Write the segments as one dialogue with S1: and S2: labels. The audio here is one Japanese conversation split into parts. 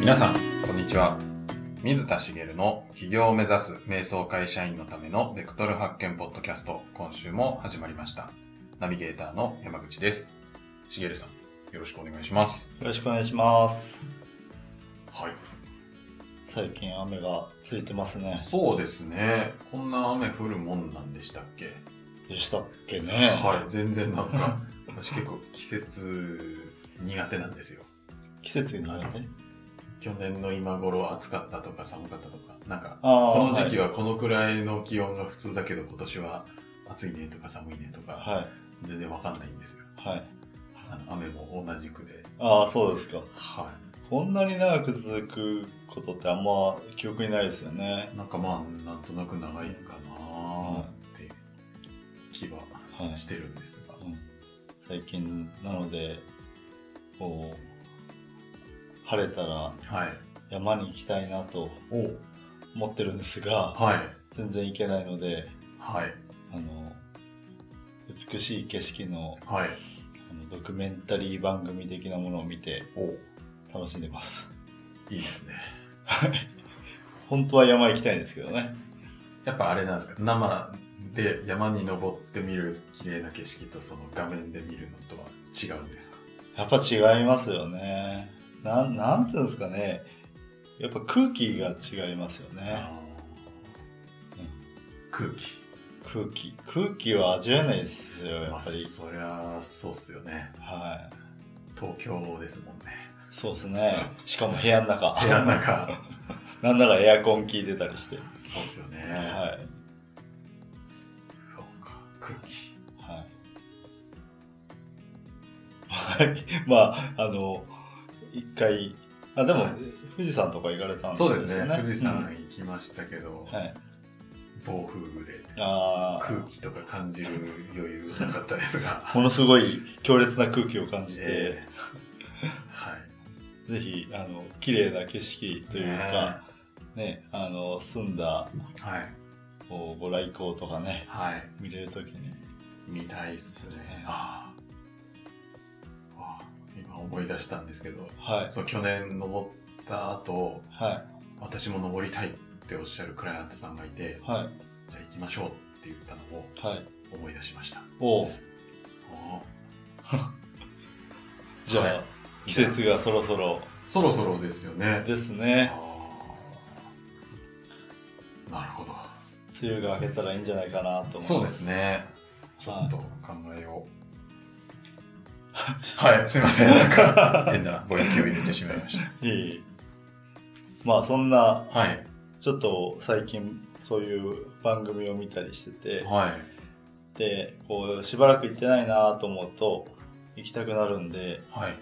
S1: 皆さん、こんにちは。水田茂の起業を目指す瞑想会社員のためのベクトル発見ポッドキャスト、今週も始まりました。ナビゲーターの山口です。茂さん、よろしくお願いします。
S2: よろしくお願いします。
S1: はい。
S2: 最近雨がついてますね。
S1: そうですね。こんな雨降るもんなんでしたっけ
S2: でしたっけね。
S1: はい、全然なんか、 私結構季節苦手なんですよ。
S2: 季節苦手
S1: 去年の今頃暑かったとか寒かったとか、なんか、この時期はこのくらいの気温が普通だけど、はい、今年は暑いねとか寒いねとか、
S2: はい、
S1: 全然わかんないんですよ。
S2: はい。
S1: あの雨も同じくで。
S2: ああ、そうですか。
S1: はい。
S2: こんなに長く続くことってあんま記憶にないですよね。
S1: なんかまあ、なんとなく長いかなって気はしてるんですが。はい
S2: うん、最近なので、こう、晴れたら山に行きたいなと思ってるんですが、
S1: はい、
S2: 全然行けないので、
S1: はい、
S2: あの美しい景色の,、
S1: はい、
S2: あのドキュメンタリー番組的なものを見て楽しんでます
S1: いいですね
S2: 本当は山行きたいんですけどね
S1: やっぱあれなんですか生で山に登って見る綺麗な景色とその画面で見るのとは違うんですか
S2: やっぱ違いますよねななんていうんですかねやっぱ空気が違いますよね、
S1: うん、空気
S2: 空気空気は味わえないですよやっぱり、
S1: そりゃそうっすよね
S2: はい
S1: 東京ですもんね
S2: そうですねしかも部屋の中
S1: 部屋の中
S2: なんならエアコン効いてたりして
S1: そうっすよね
S2: はい
S1: そうか空気
S2: はいはい まああの一回あでも、はい、富士山とか行かれたんです
S1: よねそうですね富士山行きましたけど、
S2: うんはい、
S1: 暴風雨で
S2: あ
S1: 空気とか感じる余裕なかったです が
S2: ものすごい強烈な空気を感じて、
S1: えー、はい
S2: ぜひあの綺麗な景色というか、えー、ねあの澄んだ、
S1: はい、
S2: こうご来光とかね、
S1: はい、
S2: 見れる時に
S1: 見たいっすねああ思い出したんですけど、
S2: はい、
S1: その去年登った後、
S2: はい、
S1: 私も登りたいっておっしゃるクライアントさんがいて、、
S2: はい
S1: じゃあ行きましょうって言ったのを思い出しました。
S2: おじゃあ、季節がそろそろ
S1: そろそろですよね。
S2: ですね。
S1: なるほど。
S2: 梅雨が明けたらいいんじゃないかなと思
S1: そうですね。ちょっと考えよ う。はい、すいません。なんか、変なぼやきを入れてしまいました。
S2: いい。まあ、そんな、
S1: はい、
S2: ちょっと最近、そういう番組を見たりしてて、、
S1: はい
S2: で、こう、しばらく行ってないなと思うと、行きたくなるんで、
S1: はい、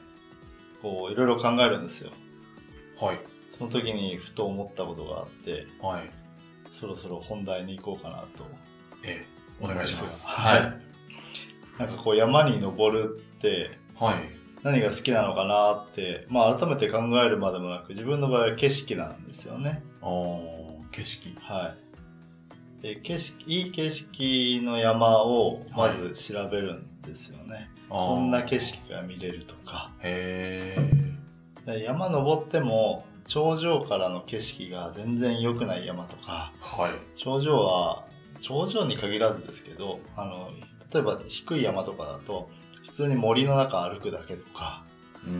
S2: こう、いろいろ考えるんですよ。
S1: はい。
S2: その時にふと思ったことがあって、
S1: はい。
S2: そろそろ本題に行こうかなと。
S1: ええ、お願いします。
S2: はい。なんかこう、山に登るっ
S1: はい、
S2: 何が好きなのかなって、まあ、改めて考えるまでもなく自分の場合は景色なんですよね。
S1: あ景色
S2: はいで景色いい景色の山をまず調べるんですよね。はい、こんな景色が見れるとか。
S1: へ
S2: え。山登っても頂上からの景色が全然良くない山とか、
S1: はい、
S2: 頂上は頂上に限らずですけどあの例えば低い山とかだと普通に森の中歩くだけとか、
S1: うん、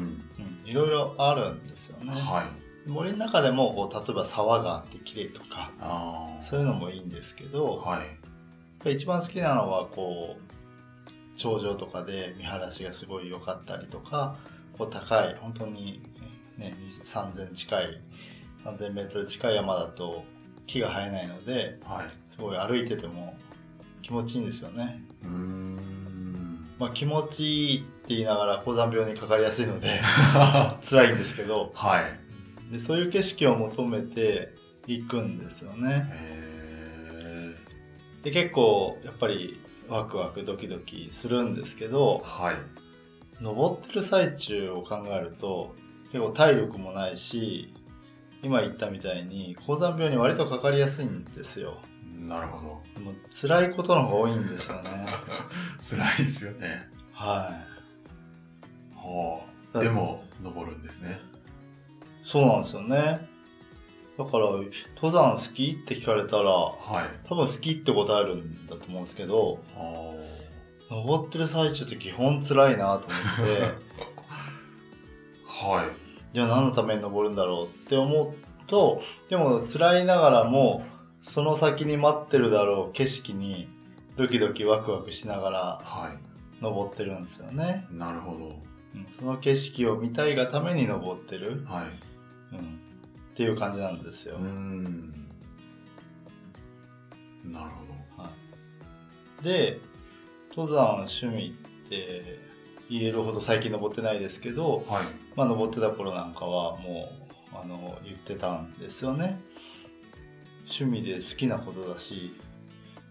S2: うん、いろいろあるんですよね。、
S1: はい
S2: 森の中でもこう例えば沢があって綺麗とか
S1: あ
S2: そういうのもいいんですけど、、
S1: はい
S2: 一番好きなのはこう頂上とかで見晴らしがすごい良かったりとかこう高い本当にね、ね、3,000近い 3,000m 近い山だと木が生えないので、
S1: はい、
S2: すごい歩いてても気持ちいいんですよね。
S1: うん
S2: まあ、気持ちいいって言いながら高山病にかかりやすいので 辛いんですけど、、
S1: はい
S2: でそういう景色を求めて行くんですよね。で結構やっぱりワクワクドキドキするんですけど、
S1: はい、
S2: 登ってる最中を考えると結構体力もないし今言ったみたいに高山病に割とかかりやすいんですよ。
S1: なるほ
S2: ど。でも辛いことの方が多いんですよね。
S1: 辛いですよね。。
S2: はい
S1: はあ。でも登るんですね。
S2: そうなんですよね。だから、登山好きって聞かれたら、
S1: はい。
S2: 多分好きって答えるんだと思うんですけど、
S1: あー
S2: 登ってる最中って基本辛いなと思って、
S1: はい。
S2: じゃあ何のために登るんだろうって思うと、でも辛いながらも、その先に待ってるだろう景色に、ドキドキワクワクしながら
S1: は
S2: 登ってるんですよね。
S1: い。なるほど。
S2: うん、その景色を見たいがために登ってる、
S1: はい。
S2: うん、っていう感じなんですよ。
S1: うーん。なるほど。
S2: で登山趣味って言えるほど最近登ってないですけど、
S1: はい。
S2: まあ、登ってた頃なんかはもうあの言ってたんですよね趣味で好きなことだし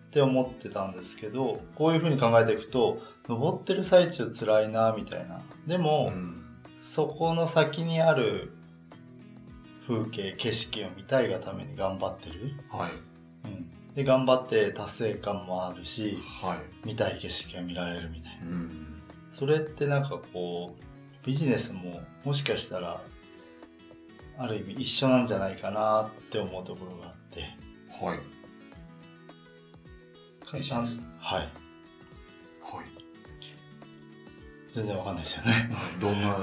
S2: って思ってたんですけどこういうふうに考えていくと登ってる最中辛いなみたいなで
S1: う
S2: も、
S1: ん。
S2: そこの先にある風景景色を見たいがために頑張ってる、
S1: はい。
S2: うん、で頑張って達成感もあるし、
S1: はい。
S2: 見たい景色が見られるみたいな
S1: うん。
S2: それってなんかこうビジネスももしかしたらある意味一緒なんじゃないかなって思うところがあって
S1: はい。ビジネス
S2: はい
S1: はい。
S2: 全然わかんないですよね、
S1: どんな、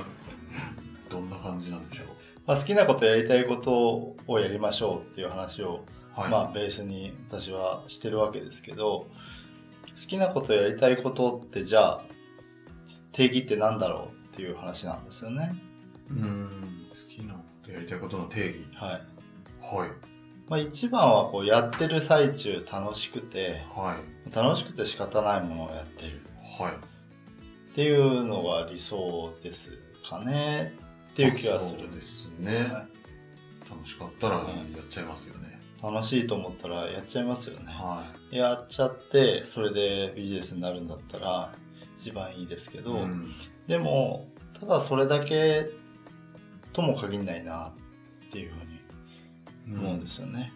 S1: どんな感じなんでしょ
S2: まあ、好きなことやりたいことをやりましょうっていう話を、
S1: う。はい。
S2: まあベースに私はしてるわけですけど好きなことやりたいことってじゃあ定義って何だろうっていう話なんですよね
S1: うーん。好きなことやりたいことの定義。
S2: はい、
S1: はい。
S2: まあ、一番はこうやってる最中楽しくて
S1: はい。
S2: 楽しくて仕方ないものをやってる
S1: はい。
S2: っていうのが理想ですかねっていう気がする
S1: そうです
S2: ん
S1: ね。
S2: は
S1: 楽しかったらやっ
S2: うん
S1: ちゃいますよね。
S2: い楽しいと思ったらやっちゃいますよね
S1: は
S2: やっちゃってそれでビジネスになるんだったら一番いいですけ
S1: い。
S2: ど、
S1: ん
S2: でもただそれだけとも限らないなっていうふうに思うんですよね、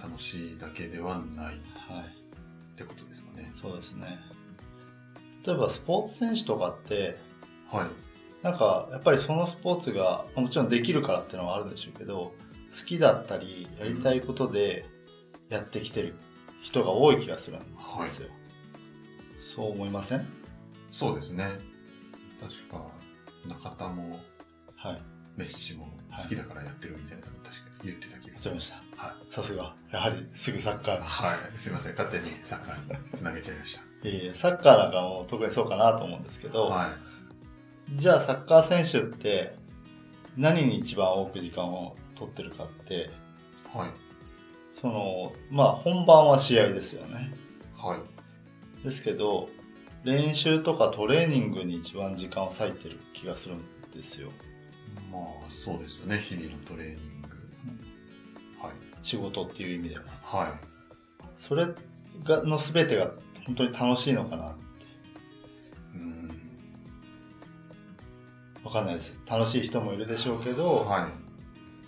S1: 楽しいだけではないっ
S2: はい
S1: てことですかね。
S2: そうですね例えばスポーツ選手とかって
S1: はい。
S2: なんかやっぱりそのスポーツがまあもちろんできるからっていうのはあるんでしょうけど好きだったりやりたいことでやってきてる人が多い気がするん
S1: は
S2: で
S1: い。
S2: すよ、そう思いません
S1: そうですね。確か、中田も
S2: はい
S1: メッシも好きだからやってるみたいなの確か言ってた気が
S2: 失
S1: す
S2: 礼
S1: る。
S2: しまし
S1: は
S2: たさすがやはりすぐサッカー
S1: い。はい。すいません。勝手にサッカーにつなげちゃいまし
S2: いえいえサッカーなんかも特にそうかなと思うんですけ
S1: た。
S2: ど、
S1: はい。
S2: じゃあサッカー選手って何に一番多く時間を取ってるかって
S1: はい。
S2: そのまあ本番は試合ですよね
S1: はい。
S2: ですけど練習とかトレーニングに一番時間を割いてる気がするんですよ
S1: まあ、そうですよね。日々のトレーニング。はい。
S2: 仕事っていう意味では
S1: はい。
S2: それがの全てが本当に楽しいのかな
S1: うーん。
S2: わかんないです楽しい人もいるでしょうけど、
S1: は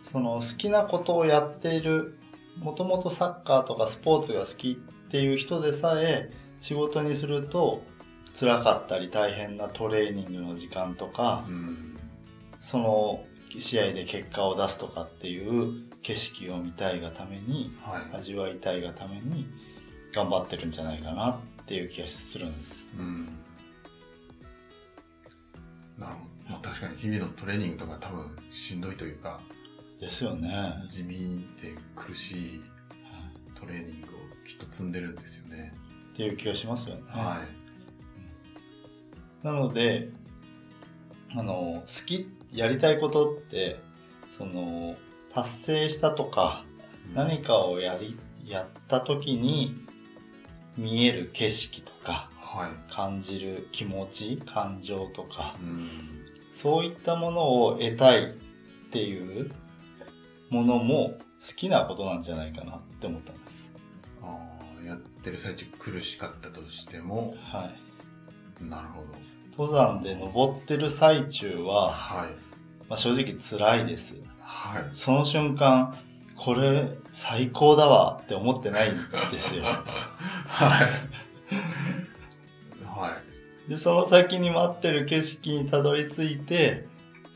S2: その好きなことをやっているもともとサッカーとかスポーツが好きっていう人でさえ仕事にすると辛かったり大変なトレーニングの時間とか
S1: い。うーん。
S2: その試合で結果を出すとかっていう景色を見たいがために
S1: はい。
S2: 味わいたいがために頑張ってるんじゃないかなっていう気がするんです
S1: うんなるほど、まあ、確かに日々のトレーニングとか多分しんどいというか
S2: ですよね、は
S1: 地味で苦しいトレーニングをきっと積んでるんですよね、
S2: いっていう気がしますよね、
S1: はい
S2: なのであの好きやりたいことってその達成したとか
S1: うん
S2: 何かをやりやった時に見える景色とか
S1: はい
S2: 感じる気持ち感情とか
S1: うん
S2: そういったものを得たいっていうものも好きなことなんじゃないかなって思ったんです。
S1: あーやってる最中苦しかったとしても
S2: はい、
S1: なるほど
S2: 登山で登ってる最中は、
S1: はい
S2: まあ、正直辛いです。
S1: はい
S2: その瞬間、これ最高だわって思ってないんですよ。
S1: はいはい
S2: で、その先に待ってる景色にたどり着いて、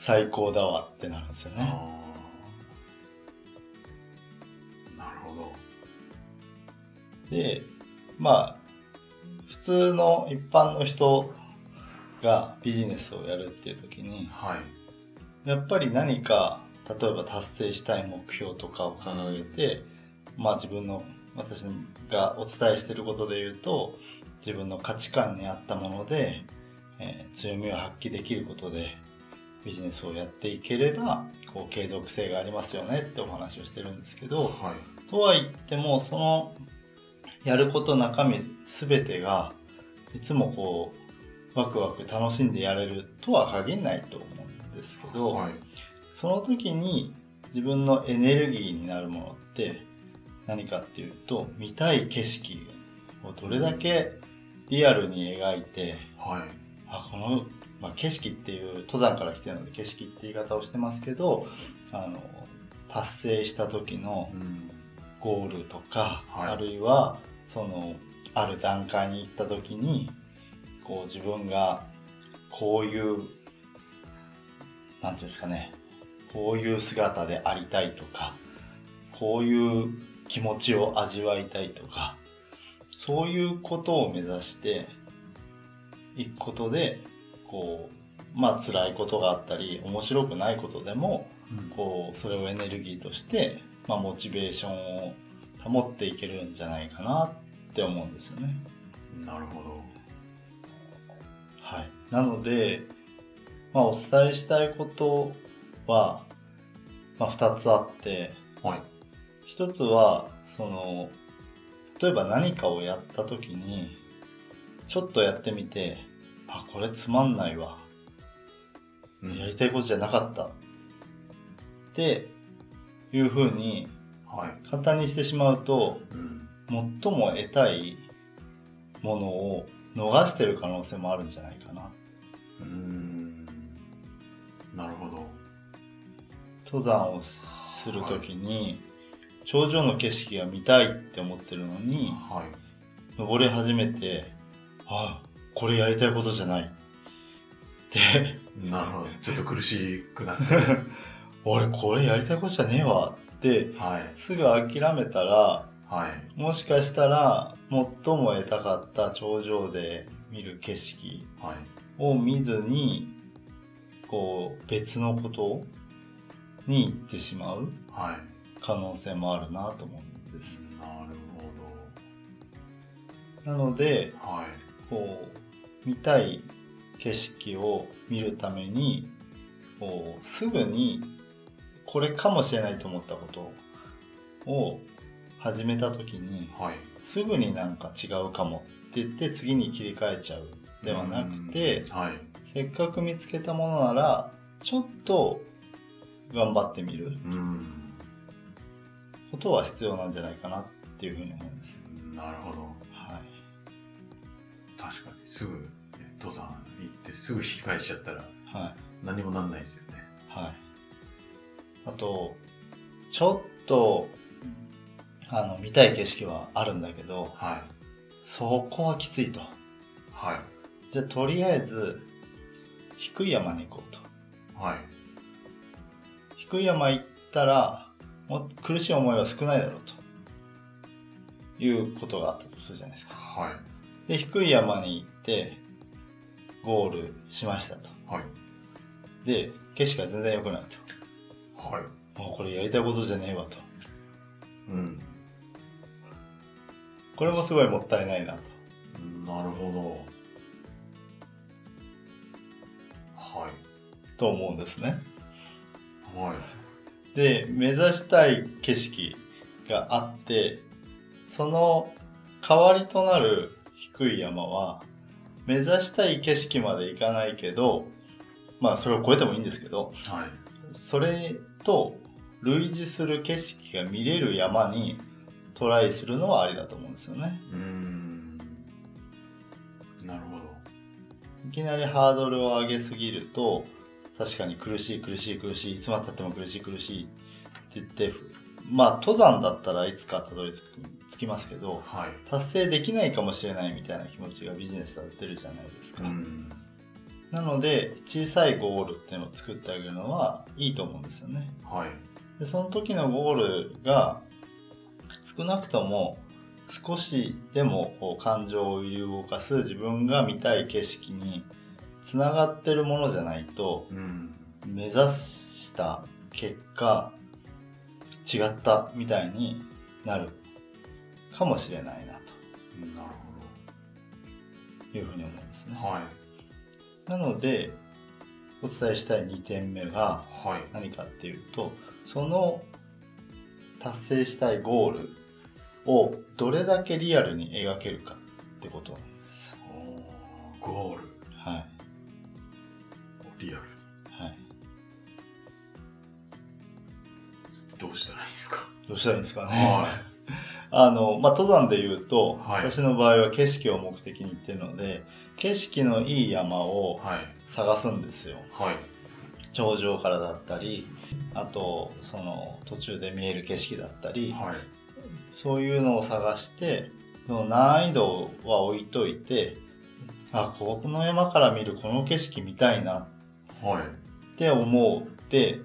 S2: 最高だわってなるんですよね。
S1: あ
S2: でまあ普通の一般の人がビジネスをやるっていう時に
S1: はい。
S2: やっぱり何か例えば達成したい目標とかを掲げて、まあ自分の私がお伝えしていることで言うと自分の価値観に合ったもので、えー強みを発揮できることでビジネスをやっていければこう継続性がありますよねってお話をしてるんですけど、
S1: はい。
S2: とは言ってもそのやること中身全てがいつもこうワクワク楽しんでやれるとは限らないと思うんですけど、
S1: はい。
S2: その時に自分のエネルギーになるものって何かっていうと見たい景色をどれだけリアルに描いて
S1: はい。
S2: あこの、まあ、景色っていう登山から来てるので景色って言い方をしてますけどあの達成した時の
S1: うん。
S2: ゴールとか、
S1: はい
S2: あるいはそのある段階に行った時にこう自分がこういうなんていうんですかねこういう姿でありたいとかこういう気持ちを味わいたいとかそういうことを目指していくことでこうまあ辛いことがあったり面白くないことでもこうそれをエネルギーとして、まあ、モチベーションを保っていけるんじゃないかなって思うんですよね。
S1: なるほど。
S2: はい、なので、まあ、お伝えしたいことは、まあ、2つあって
S1: はい。
S2: 1つはその例えば何かをやった時にちょっとやってみてあこれつまんないわ
S1: うん
S2: やりたいことじゃなかったっていうふうに
S1: はい。
S2: 簡単にしてしまうと
S1: うん。
S2: 最も得たいものを逃してる可能性もあるんじゃないかな
S1: うーん。なるほど。
S2: 登山をする時に頂上の景色が見たいって思ってるのに
S1: はい。
S2: 登り始めてあこれやりたいことじゃないって
S1: なるほど。ちょっと苦しくなって。
S2: 俺これやりたいことじゃねえわって
S1: はい。
S2: すぐ諦めたら
S1: はい。
S2: もしかしたら最も得たかった頂上で見る景色
S1: はい。
S2: を見ずにこう別のことに行ってしまう
S1: はい。
S2: 可能性もあるなと思うんです
S1: なるほ
S2: なので
S1: ど。はい。
S2: こう見たい景色を見るためにこうすぐにこれかもしれないと思ったことを始めた時に
S1: はい。
S2: すぐになんか違うかもって言って次に切り替えちゃうではなくて、
S1: うんはい。
S2: せっかく見つけたものならちょっと頑張ってみる
S1: うん。
S2: ことは必要なんじゃないかなっていうふうに思うんです。
S1: なるほど。
S2: はい、
S1: 確かに。すぐ、ね、登山行ってすぐ引き返しちゃったら
S2: はい、
S1: 何もなんないですよね。
S2: はい。あとちょっとあの見たい景色はあるんだけど
S1: はい。
S2: そこはきついと。
S1: はい。
S2: じゃあとりあえず低い山に行こうと。
S1: はい。
S2: 低い山行ったらもう苦しい思いは少ないだろうということがあったとするじゃないですか。
S1: は
S2: で低い山に行ってゴールしましたと
S1: い。はい。
S2: で景色が全然良くない
S1: はい。
S2: ともうこれやりたいことじゃねえわと
S1: うん。
S2: これもすごいもったいないなと
S1: なるほど。はい。
S2: と思うんですね
S1: はい。
S2: で目指したい景色があってその代わりとなる低い山は目指したい景色まで行かないけどまあそれを超えてもいいんですけど
S1: はい。
S2: それと類似する景色が見れる山にトライするのはありだと思うんですよね。
S1: うーん。なるほど。
S2: いきなりハードルを上げすぎると確かに苦しい苦しい苦しいいつまでたっても苦しい苦しいって言ってまあ登山だったらいつかたどり着く着きますけど
S1: はい。
S2: 達成できないかもしれないみたいな気持ちがビジネスだってるじゃないですか、
S1: うん。
S2: なので小さいゴールっていうのを作ってあげるのはいいと思うんですよね
S1: はい。
S2: でその時のゴールが少なくとも少しでもこう感情を揺り動かす自分が見たい景色につながってるものじゃないと
S1: うん。
S2: 目指した結果違ったみたいになるかもしれないな
S1: なる
S2: というふうに思いますね。
S1: ほど。はい。
S2: なのでお伝えしたい2点目が
S1: はい。
S2: 何かっていうとその達成したいゴールをどれだけリアルに描けるかってことなんです。
S1: おーゴール。
S2: はい
S1: リアル。
S2: はい、
S1: どうしたらいいですか
S2: どうしたらいいんですかね。
S1: は
S2: あの、まあ、登山で言うと、
S1: はい
S2: 私の場合は景色を目的に行ってるので、景色のいい山を
S1: はい。
S2: 探すんですよ。
S1: はい。
S2: 頂上からだったり、あと、その途中で見える景色だったり、
S1: はい。
S2: そういうのを探して、の難易度は置いといて、あ、ここの山から見るこの景色見たいな
S1: は
S2: って思って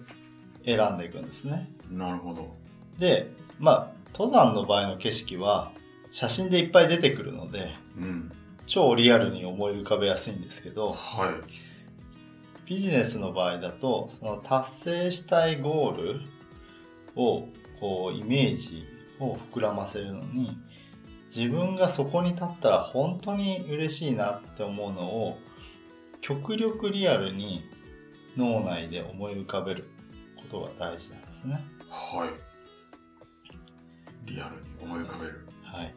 S2: 選んでいくんですね。
S1: い。なるほど。
S2: で、まあ、登山の場合の景色は、写真でいっぱい出てくるので、
S1: うん。
S2: 超リアルに思い浮かべやすいんですけど
S1: は
S2: ビジネスの場合だとその達成したいゴールをこうイメージを膨らませるのに自分がそこに立ったら本当に嬉しいなって思うのを極力リアルに脳内で思い浮かべることが大事なんですね。
S1: い。はい。リアルに思い浮かべる。
S2: はい、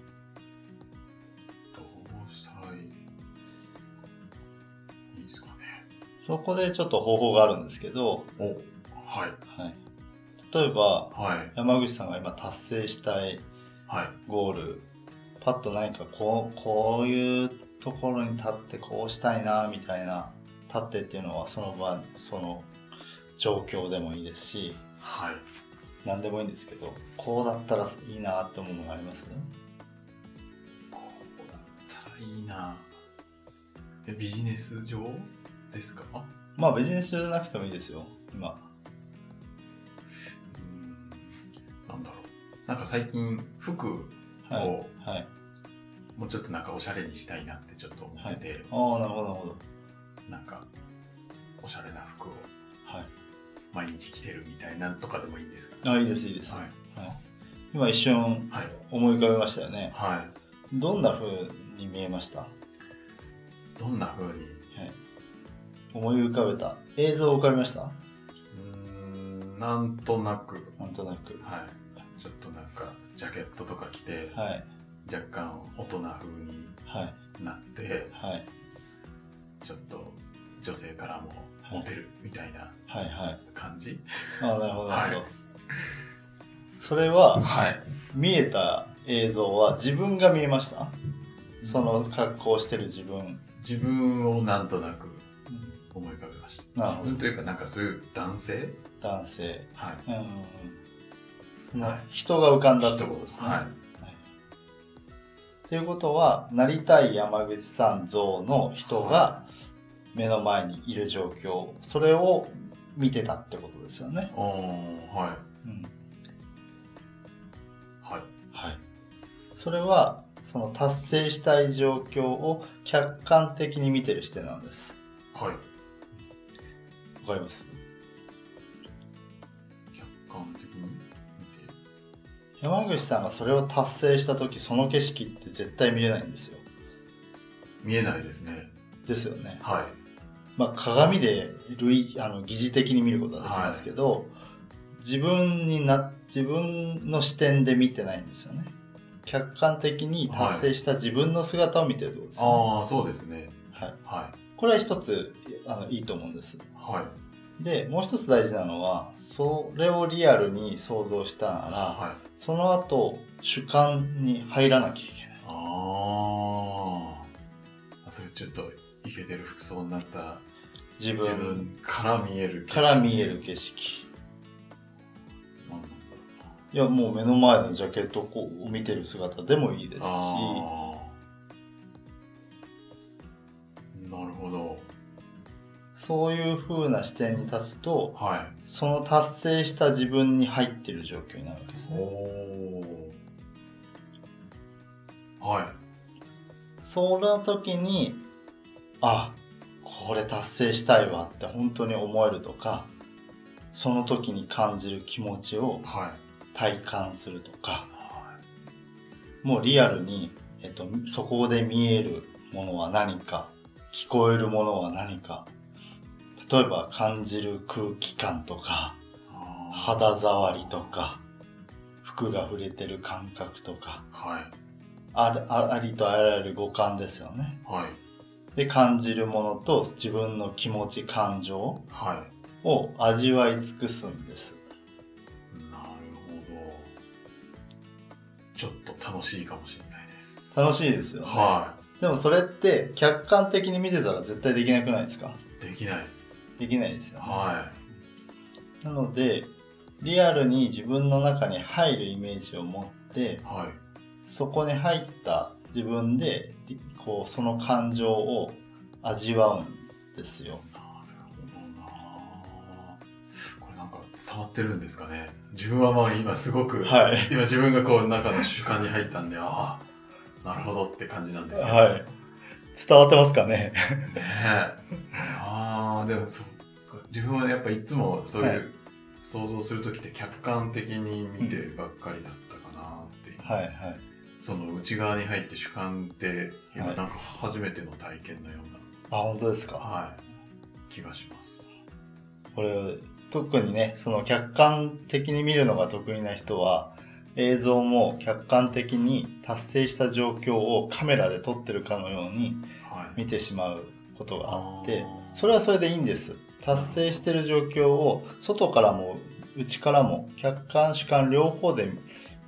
S1: どうしたらいいいいですかね。
S2: そこでちょっと方法があるんですけど、
S1: おはい。
S2: はい、例えば
S1: はい。
S2: 山口さんが今達成したい
S1: はい。
S2: ゴールパッと何かこうこういうところに立ってこうしたいなみたいな立ってっていうのはその場その状況でもいいですし
S1: はい。
S2: 何でもいいんですけどこうだったらいいなって思うのがあります
S1: こうだったらいいなえビジネス上ですか
S2: まあビジネスじゃなくてもいいですよ今
S1: うーんなんだろうなんか最近服を
S2: はいはい
S1: もうちょっとなんかおしゃれにしたいなってちょっと思ってて、
S2: ああなるほどなるほど
S1: なんかおしゃれな服を
S2: はい
S1: 毎日着てるみたいなんとかでもいいんですか
S2: あいいですいいです、
S1: は
S2: はいい今一瞬
S1: はい
S2: 思い浮かべましたよね
S1: は
S2: どんな風に見えました、はい
S1: いどんな風に
S2: 思い浮かべた映像浮かびました
S1: うーんなんとなく
S2: なんとなく
S1: はいちょっとなんかジャケットとか着て、
S2: はい
S1: 若干大人風に
S2: はい
S1: なって
S2: はい
S1: ちょっと女性からもモテるみたいな
S2: はいはい
S1: 感じ
S2: あーなるほどなるほど、
S1: はい
S2: それは
S1: はい
S2: 見えた映像は自分が見えましたその格好をしてる自分
S1: 自分をなんとなく思い浮かべました
S2: なる
S1: 自
S2: ほど
S1: 分というかなんかそういう男性
S2: 男性
S1: はい
S2: うんうんうんその
S1: はい
S2: 人が浮かんだってことですね、
S1: はい
S2: ということはなりたい山口さん像の人が目の前にいる状況それを見てたってことですよね、
S1: おーはい
S2: うん、
S1: はい
S2: はい、それはその達成したい状況を客観的に見てる視点なんです
S1: はい
S2: わかります
S1: 客観的に見て
S2: 山口さんがそれを達成した時その景色って絶対見れないんですよ
S1: 見えないですね
S2: ですよね、
S1: は
S2: まあ、鏡で類あの疑似的に見ることはできますけど、自分にな自分の視点で見てないんですよね客観的に達成した自分の姿を見てるってことで
S1: い
S2: すよね、
S1: ああそうですね
S2: はい
S1: はい
S2: これは一つあのいいと思うんです
S1: はい
S2: でもう一つ大事なのはそれをリアルに想像したなら、
S1: はい
S2: その後主観に入らなきゃいけない
S1: あーあそれちょっとイケてる服装になった
S2: 自
S1: 自
S2: 分
S1: 分から見える景色
S2: から見える景色
S1: なんだろうない
S2: やもう目の前のジャケットをこう見てる姿でもいいですし
S1: あーなるほど
S2: そういう風な視点に立つと
S1: は
S2: その達成した自分に入ってる状況になるわけです
S1: いお
S2: ね
S1: おは
S2: その時にあこれ達成したいわって本当に思えるとかその時に感じる気持ちを
S1: い。はい。
S2: 体感するとかもうリアルに、えっと、そこで見えるものは何か聞こえるものは何か例えば感じる空気感とか
S1: は
S2: 肌触りとか服が触れてる感覚とか
S1: はい。
S2: あるあありとあらゆる五感ですよね。
S1: はい。
S2: で感じるものと自分の気持ち感情
S1: はい。
S2: を味わい尽くすんです。
S1: なるほど。ちょっと楽しいかもしれないです。
S2: 楽しいですよね。
S1: は
S2: でもそれって客観的に見てたら絶対できなくないですか
S1: い。できないです。
S2: できないですよね。
S1: は
S2: なのでリアルに自分の中に入るイメージを持って
S1: い。はい。
S2: そこに入った自分でこうその感情を味わうんですよ。
S1: なるほどなこれなんか伝わってるんですかね。自分はまあ今すごく、
S2: はい。
S1: 今自分がこう中の主観に入ったんで、ああ、なるほどって感じなんですけど。
S2: は
S1: ね
S2: い。伝わってますかね
S1: え。ああ、でもそっか。自分はやっぱいつもそういう、
S2: はい
S1: 想像するときって客観的に見てばっかりだったかなっていう。
S2: はいはい。
S1: その内側に入って主観って今
S2: は
S1: なん
S2: い
S1: か初めての体験のよう
S2: あ、本当です
S1: な、
S2: か。
S1: はい、気がします。
S2: これ、特にね、その客観的に見るのが得意な人は、映像も客観的に達成した状況をカメラで撮ってるかのように
S1: はい、
S2: 見てしまうことがあって
S1: あー
S2: それはそれでいいんです達成してる状況を外からも内からも客観主観両方で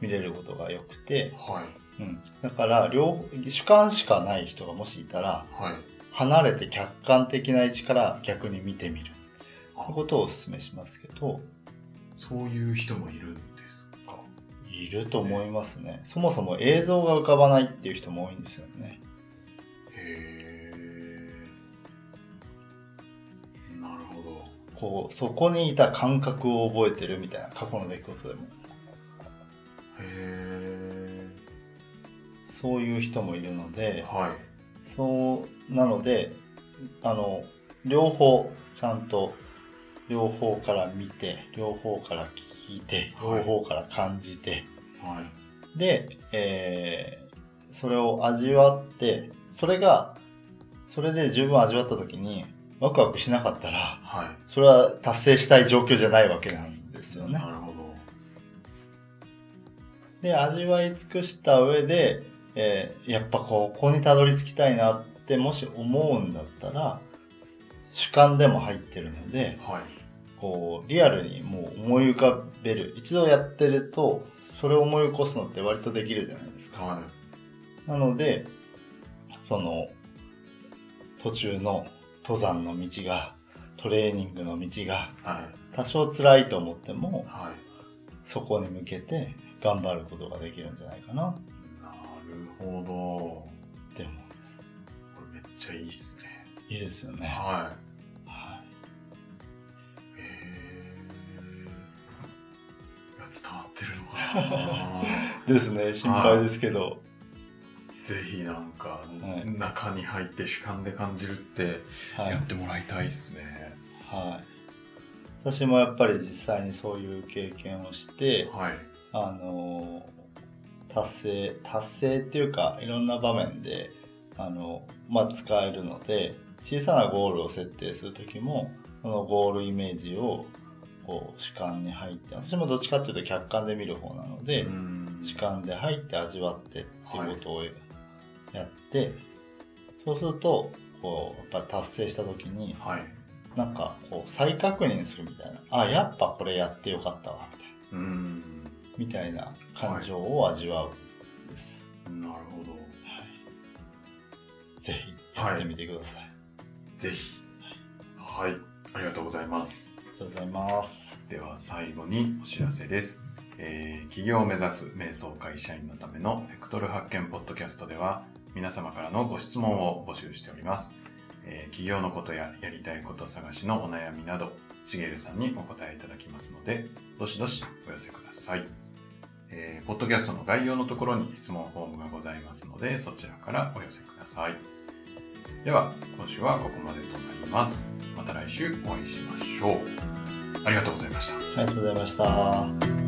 S2: 見れることがよくて、
S1: はい、
S2: うん、だから両主観しかない人がもしいたら
S1: はい。
S2: 離れて客観的な位置から逆に見てみるという
S1: あ
S2: ことをお勧めしますけど
S1: そういう人もいるんですか。
S2: いると思いますねそもそも映像が浮かばないっていう人も多いんですよね
S1: へえ。なるほど。
S2: こうそこにいた感覚を覚えてるみたいな過去の出来事でも
S1: へえ。
S2: そういう人もいるので
S1: はい。
S2: そうなのであの両方ちゃんと両方から見て両方から聞いて
S1: はい
S2: 両方から感じて、
S1: はい。
S2: で、えーそれを味わってそれがそれで十分味わった時にワクワクしなかったら
S1: は
S2: それは達成したい状況じゃないわけなんですよ
S1: い。
S2: ね
S1: な。るほど。
S2: で味わい尽くした上で、えーやっぱここにたどり着きたいなってもし思うんだったら主観でも入ってるので
S1: はい。
S2: こうリアルにもう思い浮かべる一度やってるとそれを思い起こすのって割とできるじゃないですか
S1: は
S2: なのでその途中の登山の道がトレーニングの道が
S1: い。はい。
S2: 多少辛いと思っても
S1: はい。
S2: そこに向けて頑張ることができるんじゃないかなっ
S1: なるほど。こ
S2: て思うんです
S1: れめっちゃいいっすね。
S2: いいですよね。
S1: はい。
S2: は
S1: えー、いや伝わってるのかな
S2: い、ですね、心配ですけど。
S1: ぜひなんか、
S2: はい
S1: 中に入って主観で感じるって
S2: はい
S1: やっ。てもらいたいですね
S2: はい。私もやっぱり実際にそういう経験をして、
S1: はい
S2: あのー達成、達成っていうか、いろんな場面で、あのまあ、使えるので、小さなゴールを設定するときも、そのゴールイメージを、こう、主観に入って、私もどっちかっていうと客観で見る方なので、
S1: うん
S2: 主観で入って味わってっていうことをやって、そうするとこうやっぱり達成した時に
S1: はい
S2: なんかこう再確認するみたいなあやっぱこれやってよかったわ
S1: うん
S2: みたいなみたいな感情を味わうんです、
S1: なるほど
S2: はいぜひやってみてください、
S1: ぜひはいありがとうございます
S2: ありがとうございます
S1: では最後にお知らせです。えー企業を目指す瞑想会社員のためのベクトル発見ポッドキャストでは皆様からのご質問を募集しております。えー企業のことややりたいこと探しのお悩みなど、しげるさんにお答えいただきますので、どしどしお寄せください。えーポッドキャストの概要のところに質問フォームがございますので、そちらからお寄せください。では、今週はここまでとなります。また来週お会いしましょう。ありがとうございました。
S2: ありがとうございました。